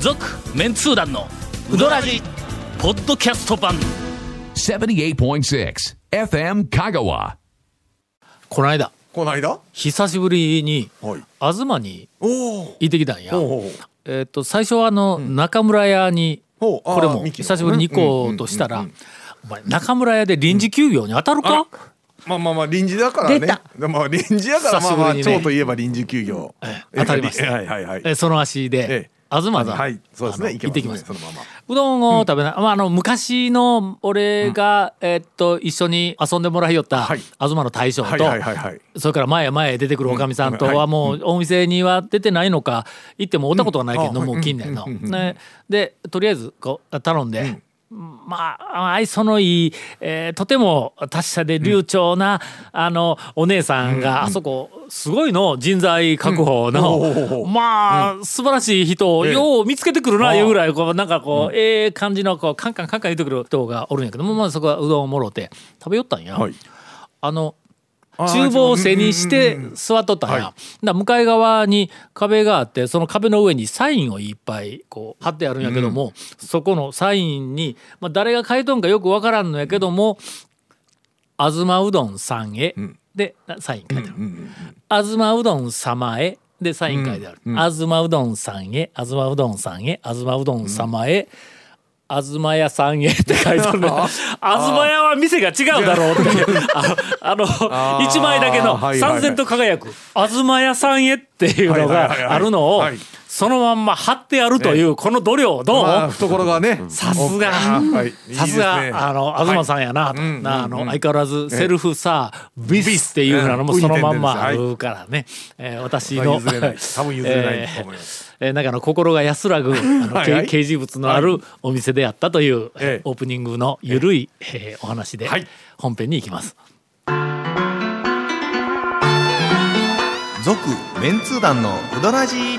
続メンツー団のウドラジポッドキャスト版78.6 FM Kagawa. この間この間久しぶりに、はい東におお行ってきたんやほうほうえっと最初はあの中村屋に、ほうあーこれもミキの久しぶりに行こうとしたら、お前中村屋で臨時休業に当たるか、まあまあまあ臨時だから出ねたまあ臨時だからまあまあ久しぶりにね蝶といえば臨時休業ええ当たりましたはいはいはいえその足で、ええ東さん、はいそうですねあの行ってきましたそのままうどんを食べない、まあ、あの昔の俺が、えっと一緒に遊んでもらいよった、はい東の大将と、はいはいはいはいそれから前へ前へ出てくるおかみさんとうんははいもうお店には出てないのか行ってもおったことはないけうどんあもう近年の。うんうんうんうんねでとりあえずこう頼んで、まあ愛想のいい、えーとても達者で流暢な、あのお姉さんがあそこすごいの人材確保の、うんおーまあ、素晴らしい人をええよう見つけてくるなああいうぐらいこうなんかこう、ええ感じのこうカンカンカンカン言ってくる人がおるんやけどもまあそこはうどんをもろて食べよったんや。はいあのあー厨房を背にしうてんうんうん座っとったんや、はいだから向かい側に壁があってその壁の上にサインをいっぱいこう貼ってあるんやけども、そこのサインに、まあ、誰が書いとんかよくわからんのやけども「あずまうどんさんへ」でなサイン書いてある「あずまうどん様へ」でサイン書いてある「あずまうどんさんへ」「あずまうどんさんへ」「あずまうどん様へ」あずま屋さんへって書いて あるの。あずま屋は店が違うだろうって。ああの、あー一枚だけのはいはいは三い千と輝く、あずま屋さんへっていうのはいはいはいはがいあるのをはい、そのまんま貼ってあるという、この度量、どうまあ懐がねさすがあーはいいいですねさすが、あの、東さんやなと。うんなあうんの、うん相変わらず、セルフさ、ビスっていうのもうんそのまんまあうんるからね。えー私まあの譲 れない、多分譲れないと思いまえすーえー中の心が安らぐ、あの、はいはいけ掲示物のあるお店であったという、えーええオープニングのゆるい、えーお話ではい、本編に行きます。続メンツー団のウドラジー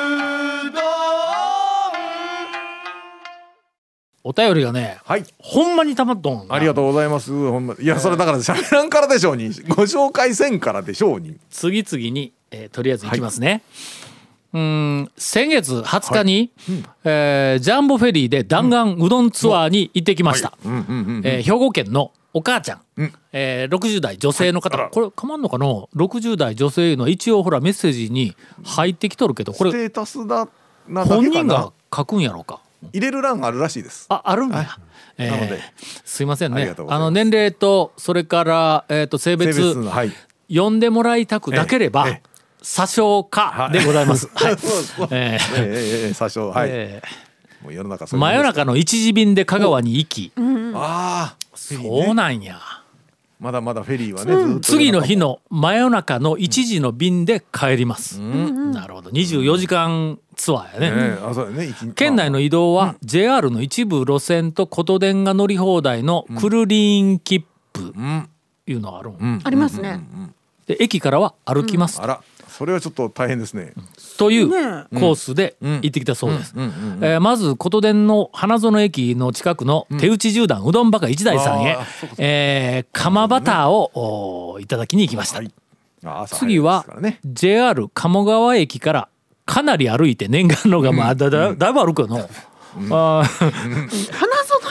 お便りがね、はいほんまにたまっとん。ありがとう。とうございますほんまいやそれだから喋らんからでしょうにご紹介せんからでしょうに次々に、えーとりあえず行きますね。うーん先月20日に、えージャンボフェリーで弾丸うどんツアーに行ってきました、えー兵庫県のお母ちゃん、えー60代女性の方、これかまんのかな60代女性いうのは一応ほらメッセージに入ってきとるけどこスれテータスだなだけかな本人が書くんやろうか入れる欄があるらしいですああるんだ、えーなのですいませんありねがとうござあいまのす年齢とそれから、えー、と性別 のはい呼んでもらいたくなければ、ええええ詐称かでござい ます。はい。ええええええ最初はい、えもう世の中ー真夜中の一時便で香川に行き、ああそそうなんや。まだまだフェリーはね、ずっと次の日の真夜中の一時の便で帰ります。なるほど。24時間ツアーやね。ええあそうだね一日県内の移動は JR の一部路線と琴電が乗り放題のくるりん切符いうのがあるん、ありますね。で駅からは歩きますあらそれはちょっと大変ですね、というねコースで行ってきたそうです。えーまず琴電の花園駅の近くの手打ち十段うどんばか一台さんへあーそっかそっか、えー釜バターをおーいただきに行きました。はいあ朝早い次ですはからね JR 鴨川駅からかなり歩いて念願のがまあだだだいぶ歩くの。あー花園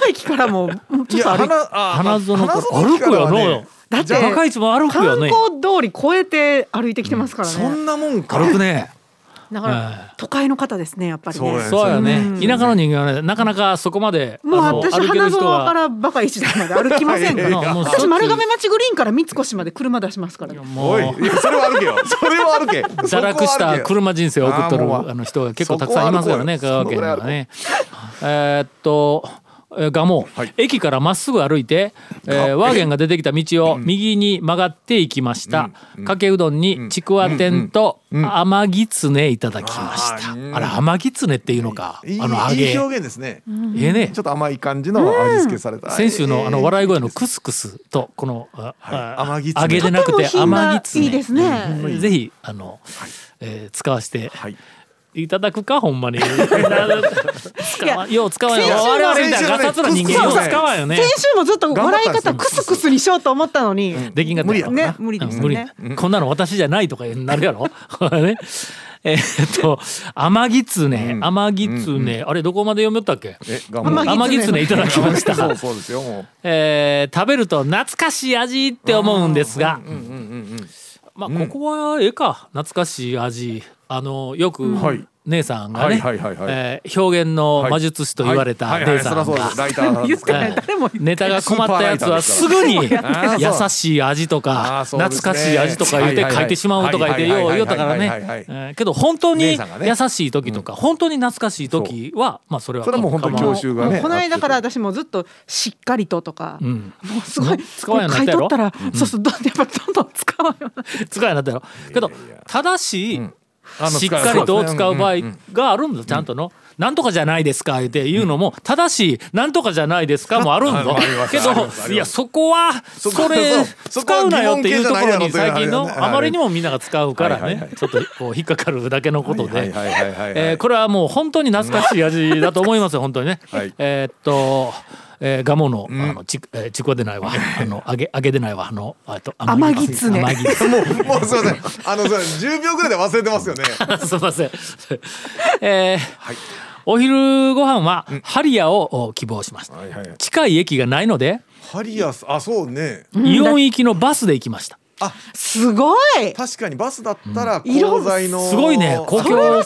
駅からももうちょっと歩い花あ花園から花歩くよからはのね。だって高市も歩くよ観ね。光通り越えて歩いてきてますからそんね。なもんか歩くね。だから都会の方ですねやっぱりそうねや。そうやね。田舎の人間はねなかなかそこまであもうの私歩ける花園人かは。らバカ一台まで歩きませんかいやいやら。もう私丸亀町グリーンから三越まで車出しますからね。もおういいやそれは歩けよそれは歩け 堕落した車人生を送っとあーもるうあの人が結構たくさんいますからねそ香こは川県歩こうよにはね。えーっとえーがもう、はい駅からまっすぐ歩いて、えーワーゲンが出てきた道を右に曲がっていきました、かけうどんにちくわ天と甘ぎつねいただきました、あーうんあら甘ぎつねっていうのか、いいあの揚げいいえ表現ですね、えねちょっと甘い感じの味付けされた、先週のあのえー笑い声のクスクスとこの、ああ甘ぎつね揚げでなくとてもて品甘ぎがつねいいですね。ぜひあの、えー使わせてはいいただくかほんまに。使わよう使わんよ。先週の我々みたいなガサツな人間よそうう使わんよね先。週もちょっと笑い方頑張ったんクですスクスにしようと思ったのに、できんかったやろ無理やね無理ですよねうん無理こんなの私じゃないとかなるやろ。 ねえーっと甘ぎつね甘ぎつねあれどこまで読めたっけ？えが甘もう甘甘ぎつねいただきました。そうそうですよもうえー食べると懐かしい味って思うんですが、まあここはええか懐かしい味あのよくはい姉さんがねはいはいはいはいえー表現の魔術師と言われたはいはい姉はいさそんりがゃそうですライターなんで言っすてからないでも言ってネタが困ったやつはすぐ に優からしい味とかあーそう懐ですねかしい味とか言っはいはいてはい書いてしまうとか言ってはいはいようはい言うたからねはいはいはいえーけど本当に姉さんがね優しい時とか本当に懐かしい時はまあそれはそれはもう本当に教習がもねうこの間から私もずっとしっかりととか、んもうすごい使わんようになっ買いたや取ろったら、そうそうどんどんやっぱどんどん使わんようになって使いなったやろけどただし、あの しっかりと使う場合んんがあるんだちゃんとの。なんとかじゃないですかっていうのも正しいなんとかじゃないですかもあるんあぞありますけありますあどいりやますそこはそそこれそう使うなよっていうところにそこは疑最近問形じゃないだろうというののがあるよねあまりにもみんなが使うからはいはいはねちょっとこう引っかかるだけのことはいではいはいはいはいえーこれはもう本当に懐かしい味だと思い ますよ本当にね。はいえーっと、えー、ガモのあのち,、えーちくわで ないわあの揚げ揚げでないわあのあと甘ぎつね甘ぎつね もうすいませんあのそれ10秒ぐらいで忘れてますよね すみません。えーお昼ご飯はハリアをお希望しました。はいはい近い駅がないので、ハリアスあそうねイオン行きのバスで行きました。すごい確かにバスだったらん東西のすごいね公それ共は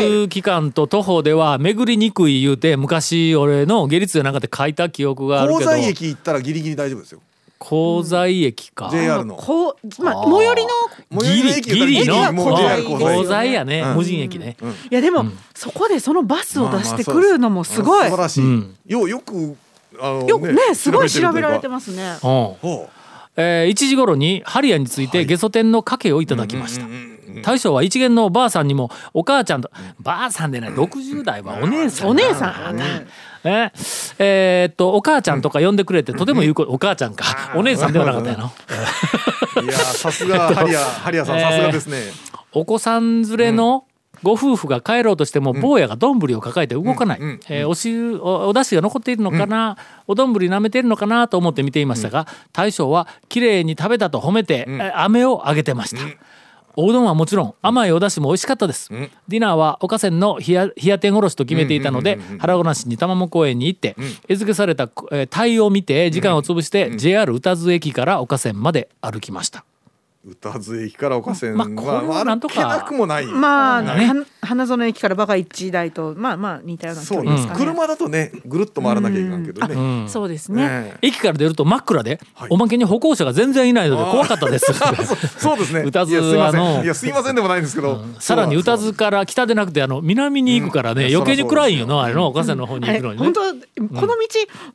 交通機関と徒歩では巡りにくい言うて昔俺の下律やなんかで書いた記憶があるけど東西駅行ったらギリギリ大丈夫ですよ香西駅か JR のこうまああ最ー寄りのギ最リ寄り駅ギリの行ったらもう JR も交う差点交香差西やねうん無人駅ねいやでも、そこでそのバスを出してくるのもすごい、まあまあそうですう素晴らんしいようよくあのよくねすごい調べられてまますねうんすほえー1時頃にハリアについてゲソ天のかけをいただきました、大将は一元のおばあさんにもお母ちゃんとばあさんでない60代はお姉さんお姉さん、ねえーっとお母ちゃんとか呼んでくれてとても有効お母ちゃんかお姉さんではなかったやなういやーさすがハリアハリア さんさすがですねお子さん連れのご夫婦が帰ろうとしても坊やがどんぶりを抱えて動かない、えーお汁おお出汁が残っているのかな、おどんぶり舐めているのかなと思って見ていましたが、大将は綺麗に食べたと褒めて、えー飴をあげてました、おうどんはもちろん甘いお出汁も美味しかったです、ディナーはおかせんの冷や冷や天おろしと決めていたので、腹ごなしに玉も公園に行って、餌付けされた、えー鯛を見て時間を潰して、JR 宇多津駅からおかせんまで歩きました歌津駅から岡線まはあこれはなんとかまあ歩けなくもないまあ、ねは花園駅からバカ一台とまあまあ似たような距そう離でねすかね、車だとねぐるっと回らなきゃいけないけどねあそうですねね駅から出ると真っ暗で、いおまけに歩行者が全然いないので怖かったです。 そうですね宇多津いやすいませんあのいやすいませんでもないんですけどさらに宇多津から北でなくてあの南に行くからね、うん余計に暗いんよそなあれのお母さんの方にあ行れくのにね本。当はこの道、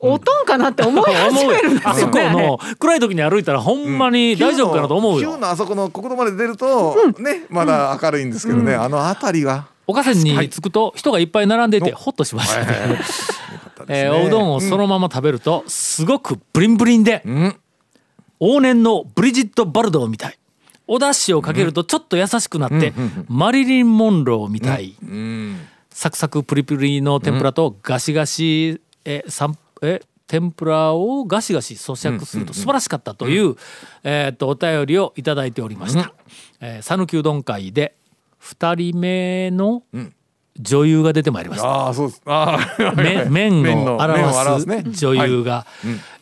おとんかなって思い始めるんですあよそこね。あれの暗い時に歩いたらほんまに大丈夫かなと思う旧よ。のあそこの国道まで出るとねまだ明るいんですけどねあの辺りがお母さんに着くと人がいっぱい並んでいておほっとしましたね。ったですねえーおうどんをそのまま食べるとすごくブリンブリンで、往年のブリジット・バルドーみたいお出汁をかけるとちょっと優しくなって、マリリン・モンローみたい、サクサクプリプリの天ぷらとガシガシ、えさんえ天ぷらをガシガシ咀嚼すると素晴らしかったという、えーっとお便りをいただいておりました。えー讃岐、うどん会で二人目の女優が出てまいりました。ああそうですああめ面を表す面を表すね女優はが、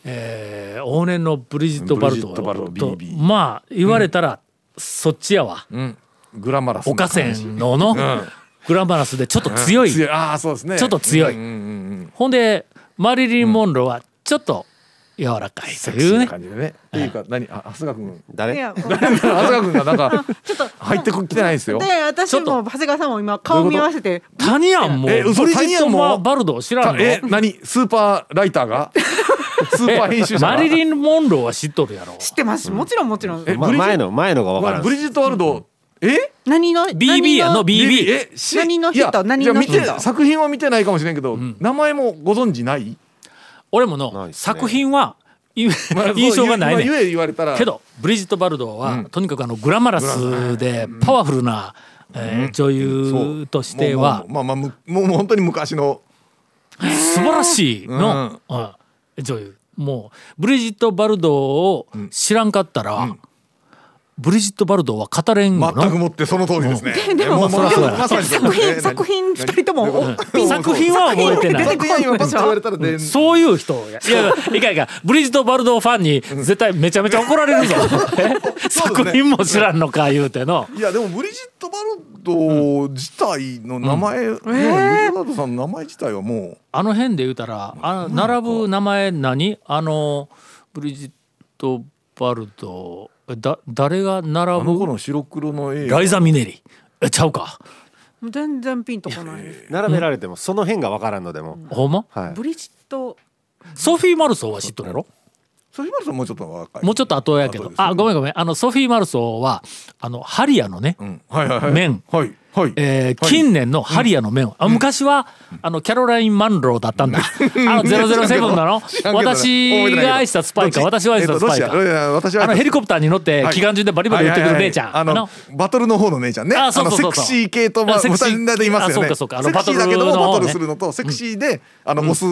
えー往年のブリジット・バルトブリジットバルトと BB まあ言われたら、そっちやわいうんグラマラスな岡線のの、グラマラスでちょっと強い、強いああそうですねちょっと強いうんうんうんうんほんでマリリン・モンローはちょっと柔らかいとセクいシうーねな感じでね。っていうか何あ春 日君い誰やこ春日君がなんか入ってこ来てないですよ。でち私ょっとも長谷川さんも今顔見合わせてタニアンもえ嘘ブリジッタニアト・ンもババルド知らんのえ何スーパーライタ ーがスーパー編集者がマリリン・モンローは知っとるやろ知ってますもちろんもちろんえまブリジ前の前のがわからんブリジットワールドえ何の BB やの BB えし何の人いや何いやの見人て作品は見てないかもしれんけど名前もご存知ない俺もないっすのね作品はいうまあそう印象がないねん言え言え言われたらけどブリジット・バルドーは、うんとにかくあのグラマラスでパワフルな、えー女優としてはもうもうまあまあむもうもう本当に昔の素晴らしいの、うん女優もうブリジット・バルドーを知らんかったら、ブリジット・バルドーは語れんよ全なくもってその通りですねでもううでもまさにそうね作品作品二人ともおうん作品は覚えてない作品作品は今パッと言われたらでそういう人や。いや、いかんいかん。ブリジット・バルドーファンに絶対めちゃめちゃ怒られるぞ。え 作品も知らんのか言うての。いやでもブリジット・バルド自体の名前、もうブリジット・バルドさんの名前自体はもう、あの辺で言うたら、あ並ぶ名前何あの、ブリジット・バルドー、だ、誰があ並の頃ぶの白黒の映画ライザ・ミネリ。えちゃうか。全然ピンとこないです並べられてもその辺がわからんのでもほんまはいブリジットソフィー・マルソーは知っとるやろソフィー・バルドさんもうちょっと若いもうちょっと後やけ後どで。すねあ、ごめんごめん。あの、ソフィー・マルソーは、あの、ハリアのね、うんはいはいはい麺はいはい、えーはい近年のハリアの面は、あ昔はあのキャロライン・マンローだったんだ、あ の007なの知らんけど私が愛したスパイかどっ私ちが愛したスパイえっとどっちやか、うん私はあのヘリコプターに乗ってはい機関銃でバリバリ撃ってくる姉ちゃん、はいはいはいあのバトルの方の姉ちゃんねあそうそうそうそうあのセクシー系とまああセクシー二人でいますよねあそうかそうかあのセクシーだけどバトルの方もねバトルするのとセクシーで、あのオス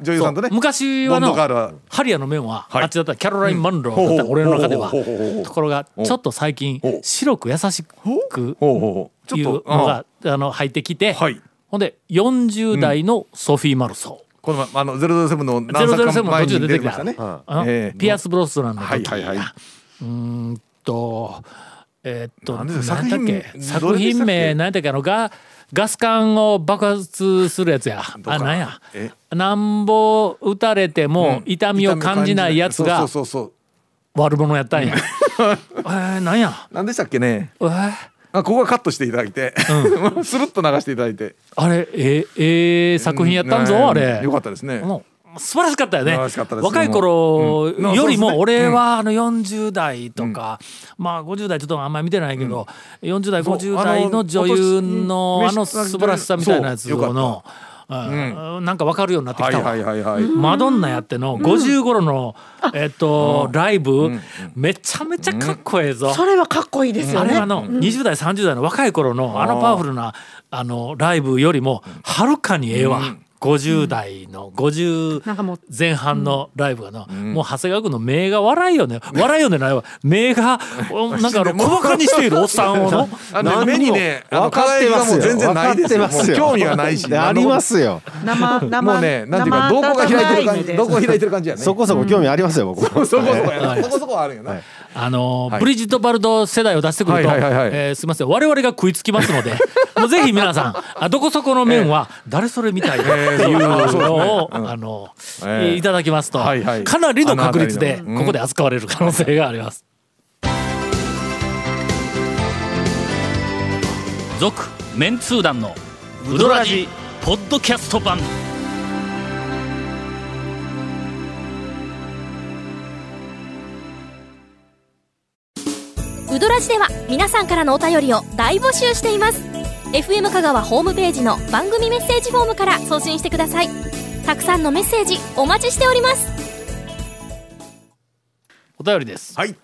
女優そさうんとね昔はボンのドガールはハリアの面は、はいあっちだったらキャロライン・マンローだった、うん俺の中ではほうほうほうほうほうところがちょっと最近ほう白く優しくほうほうほういちうょのっとあがあの入ってきて、はいほんで40代のソフィー・マルソー。この前あの007の何作007かも途前中にで出出ててききまたしたねあのええピアス・ブロスランの時はいはいはいうーんとえーっとなん何でだすかっけ作品作品どれでした名っけ何だっけあのガガス管を爆発するやつやどあかなんやえなんぼ撃たれてもうん痛みを感じないやつがそうそうそうそ悪者やったんや えーなんやう何でしたっけねえーあここはカットしていただいて、 スルッと流していただいてあれえーえー作品やったんうぞあれよかったですねもう素晴らしかったよね素晴らしかったです若い頃うんうんよりもそうですね俺はあの40代とか、まあ50代ちょっとあんまり見てないけど、40代そう50代の女優のあのあの素晴らしさみたいなやつそうよかの、うんなんか分かるようになってきはいたわ。はいはいはい、マドンナやっての50頃の、えっとライブ、めちゃめちゃかっこええぞ。それはかっこいいですよあれねはの20代30代の若い頃のあのパワフルなあのライブよりもはるかにええわ、50代のなんかもう50前半のライブがの、もう長谷川君の目が笑いよね笑いよねないわ目がおなんかあの小馬鹿にしているおっさんをのあのね何目にもねあの分かってます輝きがもよう全然ないですよ分かってますよもう興味がないし ありますよ生生もうねなんていうか生瞳孔が開いてる生意感気じで瞳孔開いてる感じやねそこそこ興味ありますよ僕もそこそこやはいなそこそこはあるよな、はいあの、はいブリジット・バルド世代を出してくると、はいはいはいはいえーすみません我々が食いつきます のでもうぜひ皆さんあどこそこの面は誰それみたいっていうのを、あの、ええいただきますと、はいはいかなりの確率であの辺りのここで扱われる可能性があります。続メンツー団のウドラジポッドキャスト版ウドラジでは皆さんからのお便りを大募集しています FM 香川ホームページの番組メッセージフォームから送信してくださいたくさんのメッセージお待ちしておりますお便りです。はい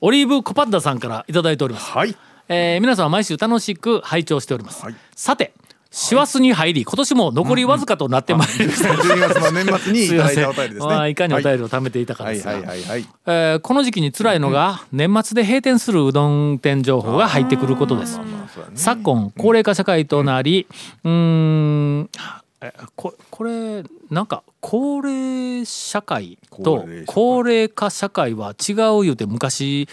オリーブコパッダさんからいただいております。はい えー皆さんは毎週楽しく拝聴しております。はいさて、師走に入り、今年も残りわずかとなってまいりました。 12月の年末にいただいたお便りですねまあいかにお便りりを貯めていたかはでいすがはいはいはいえーこの時期に辛いのが年末で閉店するうどん店情報が入ってくることですまあまあそうだね昨今高齢化社会となりうーんえここれなんか高齢社会高と齢社会高齢化社会は違う言うて昔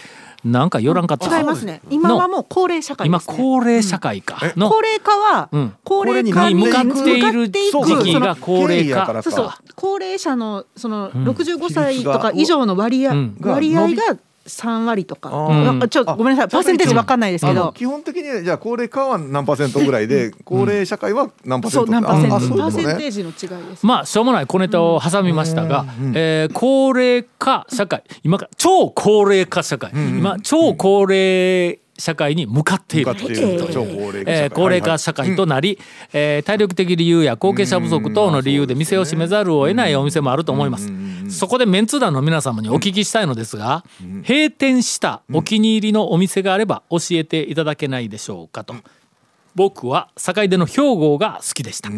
なんかよらんかった違いますね今はもう高齢社会で今す、ね、高齢社会かの高齢化は、うん高齢化に向かっている向かっていくそう時期そのが高齢経緯やから化そうそう高齢者のその65歳と比率がか以上の割合,、うん割が合伸びが3割とか、うんあちょっとごめんなさいあパーセンテージわかんないですけあのど基本的にじゃあ高齢化は何パーセントぐらいで高齢社会は何パーセそンうト何パーセントあそういうパこーとセンテねージの違いです、まあしょうもない小ネタを挟みましたが、えー高齢化社会今から超高齢化社会、今超高齢社会に向かっている向かっているええ超高齢化社会えー高齢化社会となり、えー体力的理由や後継者不足等の理由で店を閉めざるを得ないお店もあると思います、そこでメンツ団の皆様にお聞きしたいのですが、閉店したお気に入りのお店があれば教えていただけないでしょうかと、僕は坂出の兵庫が好きでした、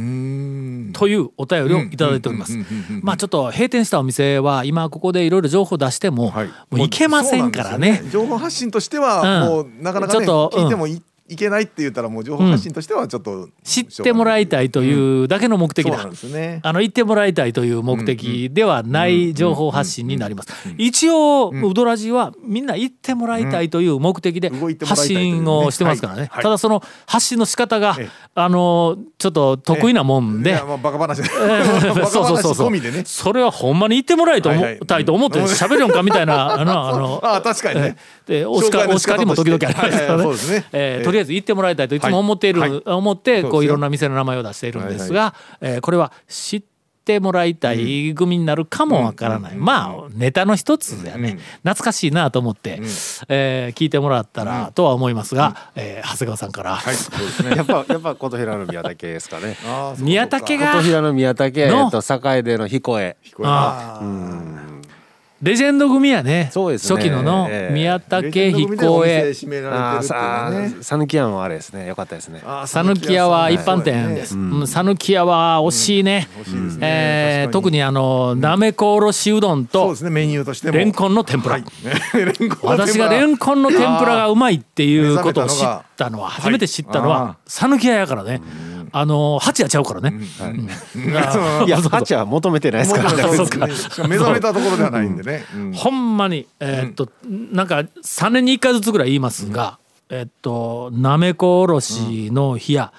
というお便りをいただいておりますまあちょっと閉店したお店は今ここでいろいろ情報出しても,、はいもういけませんからそうなんですよね情報発信としてはもううんなかなかねちょっとうん聞いてもいいけないって言ったらもう情報発信としてはちょっと知ってもらいたいというだけの目的そうだ、なんですねあの行ってもらいたいという目的ではない情報発信になります。一応ウドラジはみんな行ってもらいたいという目的でうん動いてもらいた発いというね信をしてますからはねい。はいただその発信の仕方がええあのちょっと得意なもんいでや。まあバカ話バカそうそう話そうそう込みでねそれはほんまに行ってもらいと思はいはいたいと思って喋るんかみたいなあのあのああ確かにねでお叱紹介おの仕叱方りも時々ありますからねはいはいはいそうですねええーえとりあえず行ってもらいたいといつも思っている、はいはい思ってこそうですよういろんな店の名前を出しているんですが、えーこれは知ってもらいたい組になるかもわからない、まあネタの一つだよね、懐かしいなと思って、えー聞いてもらったらとは思いますが、えー長谷川さんから、そうですねやっぱやっぱ琴平の宮武ですかねああそ う宮武が琴平の宮武のえっと栄出の彦へああレジェンド組やねそうですね初期のの、ええ宮レジェ武ンド組でお彦店へ閉めらあれーてるさっていうねあ讃岐屋もあれですね良かったですねあ讃岐屋は一般店です。うん讃岐屋は惜しいね。えー特にあのなめこおろしうどんそうとですねメニューとしてもレンコンの天ぷら。レンコンの天ぷら私がレンコンの天ぷらがうまいっていうことを知ったのは初めて知ったのはいは讃岐屋やからね。あの八やちゃうからね。いやハチは求めてないですからねもそうでうちすょかっとねしかも目覚めたところではないんでねうんほんまにえーっとなんか三年に一回ずつぐらい言いますが、えーっとなめこおろしの日や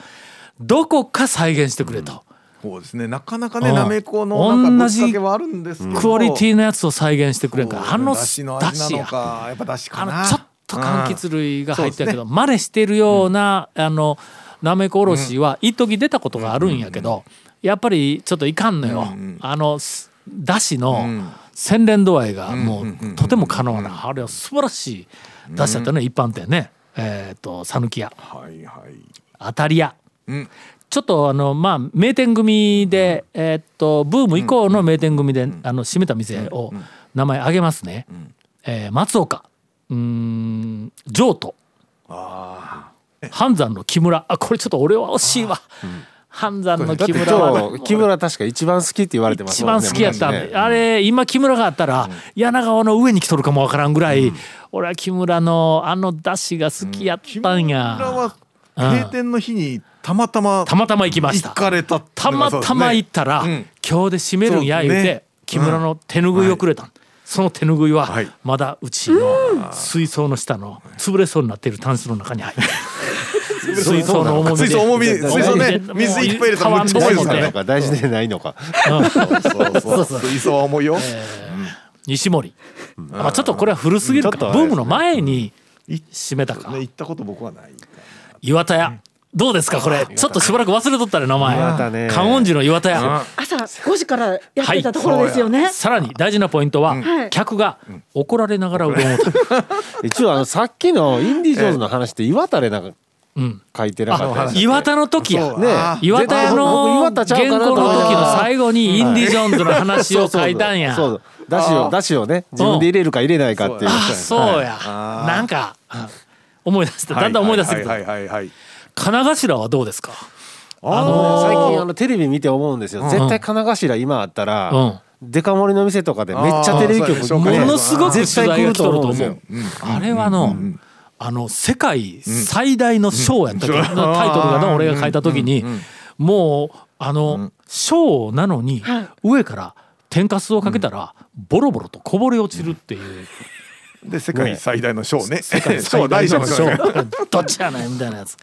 どこか再現してくれと。そうですねなかなかねうんなめこのなんかぶっかけはあるんですけどクオリティのやつを再現してくれんから、あのだだししのや味なのかやっぱだしかあなのちょっと柑橘類が入ってるけど、真似してるような、あのなめこおろしは一時出たことがあるんやけど、やっぱりちょっといかんのよ、あのすだしの洗練度合いがもうとても可能なあれは素晴らしいだしだったね一般店ねえっ、と讃岐屋はいはい当たり屋、んちょっとあのまあ名店組で、えーっとブーム以降の名店組で、あの閉めた店を名前挙げますね、えー松岡うーん譲渡半山の木村あこれちょっと俺は惜しいわ半山のだっ木て村は今日木村確か一番好きって言われてます一もん番ね好きやったんで、昔ねあれ今木村があったら柳川の上に来とるかもわからんぐらい、俺は木村のあの出汁が好きやったんや、これは閉店の日にたまたまたまたま行きまし行たかれたってたいうのがまそうですたねま行ったら、うん今日で締めるんや言うそうて、ね木村の手拭いをくれたん、その手拭いは、はいまだうちの水槽の下の潰れそうになっているタンスの中に入ってる水槽の重みで 水槽重み水槽ねもう水いっぱい入れたらもうめっちゃ重いですかタワらねンと思っなんてか大事でないのかそうそうそう水槽は重いよ西森、まあ、ちょっとこれは古すぎるうんちか、ょっとブあームれですねの前にい締めたか、ね行ったこと僕はない岩田屋どうですかこれちょっとしばらく忘れとったね名前岩田ね観音寺の岩田屋、朝5時からやってたところですよ ね、さらに大事なポイントは、はい客が怒られながらうどんを食べる、一応あのさっきのインディ・ジョーンズの話って岩田でなんかうん、書いてなかったです岩田の時やそうねあ岩田屋僕の岩原田ち稿ゃうかなのと思った時の最後にインディ・ジョーンズの話を書いたんやそうそうそうだしをだしをね自分で入れるか入れないかっていうあそうやあーなんかうん思い出しただんだん思い出してきはたいはいはいはい金頭はどうですかあの最近あのテレビ見て思うんですよ、絶対金頭今あったら、うんデカ盛りの店とかでめっちゃテレビ局あーもそうやねのすごく取絶対材来がる来ととると思う思んですようあれはのあの世界最大のショーやったっけのタイトルがの俺が書いた時にもうあの、小なのに、はい上から天かすをかけたら、ボロボロとこぼれ落ちるって いう、で世界最大のショーね。ショー最大大賞ののシ賞ョーどっちやないみたいなやつ。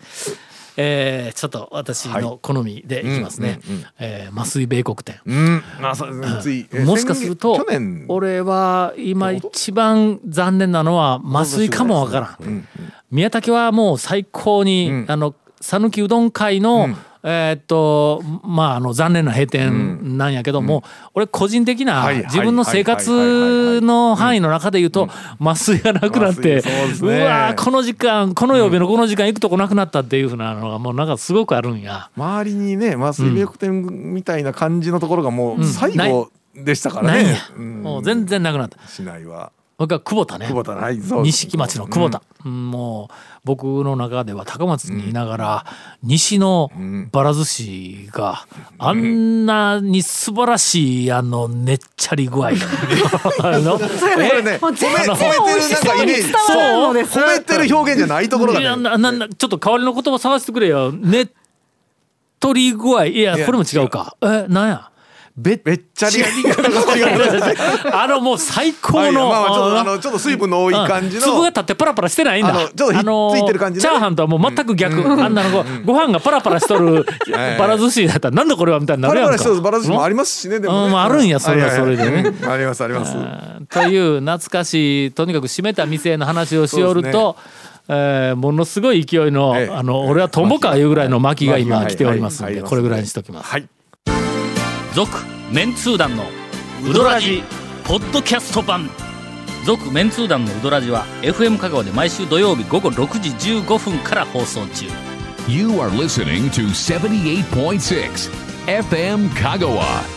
えーちょっと私の好みでいきますね。えー麻酔米国店。うん。まあそうついえもしかすると先月去年俺は今一番残念なのは麻酔かもわからん、宮崎はもう最高に、あの讃岐うどん会の、えーっとまああの残念な閉店なんやけども、俺個人的なはいはい自分の生活の範囲の中で言うと麻酔がなくなって、麻酔そうですうねわーこの時間この曜日のこの時間行くとこなくなったっていうふうなのがもうなんかすごくあるんや。周りにね麻酔米国店みたいな感じのところがもう最後でしたからないんねや、。うんもう全然なくなった。市内は僕は久保田ね久保田ないぞ。錦町の久保田、うんもう僕の中では高松にいながら、西のばら寿司があんなに素晴らしいあのねっちゃり具合あ のこれねもう全然褒め美味しそうに伝わるのです褒めてる表現じゃないところいがやね。なななちょっと代わりの言葉探してくれよねっとり具合いやいやこれも違うかえなんやべっべっちゃ り。あのもう最高はいまの、あまあちょっとあのちょっと水分の多い感じの。粒が立ってパラパラしてないんだあのちょっとひついてる感じねチャーハンとはもう全く逆、あんなのごご飯がパラパラしとるはいバラ寿司だったらなんだこれはみたいになバるラやバんかラしてるバラ寿司もありますしねでもねうんあるんやそれはそれでねいいいうんありますありますという懐かしいとにかく閉めた店の話をしおると、えーものすごい勢いの,、ええあの俺はトンボかいうぐらいの巻きが今巻きが来ておりますんで、はいはいこれぐらいにしときます。はい続メンツー団のウドラジポッドキャスト版続メンツー団のウドラジは FM 香川で毎週土曜日午後6時15分から放送中 You are listening to 78.6 FM Kagawa.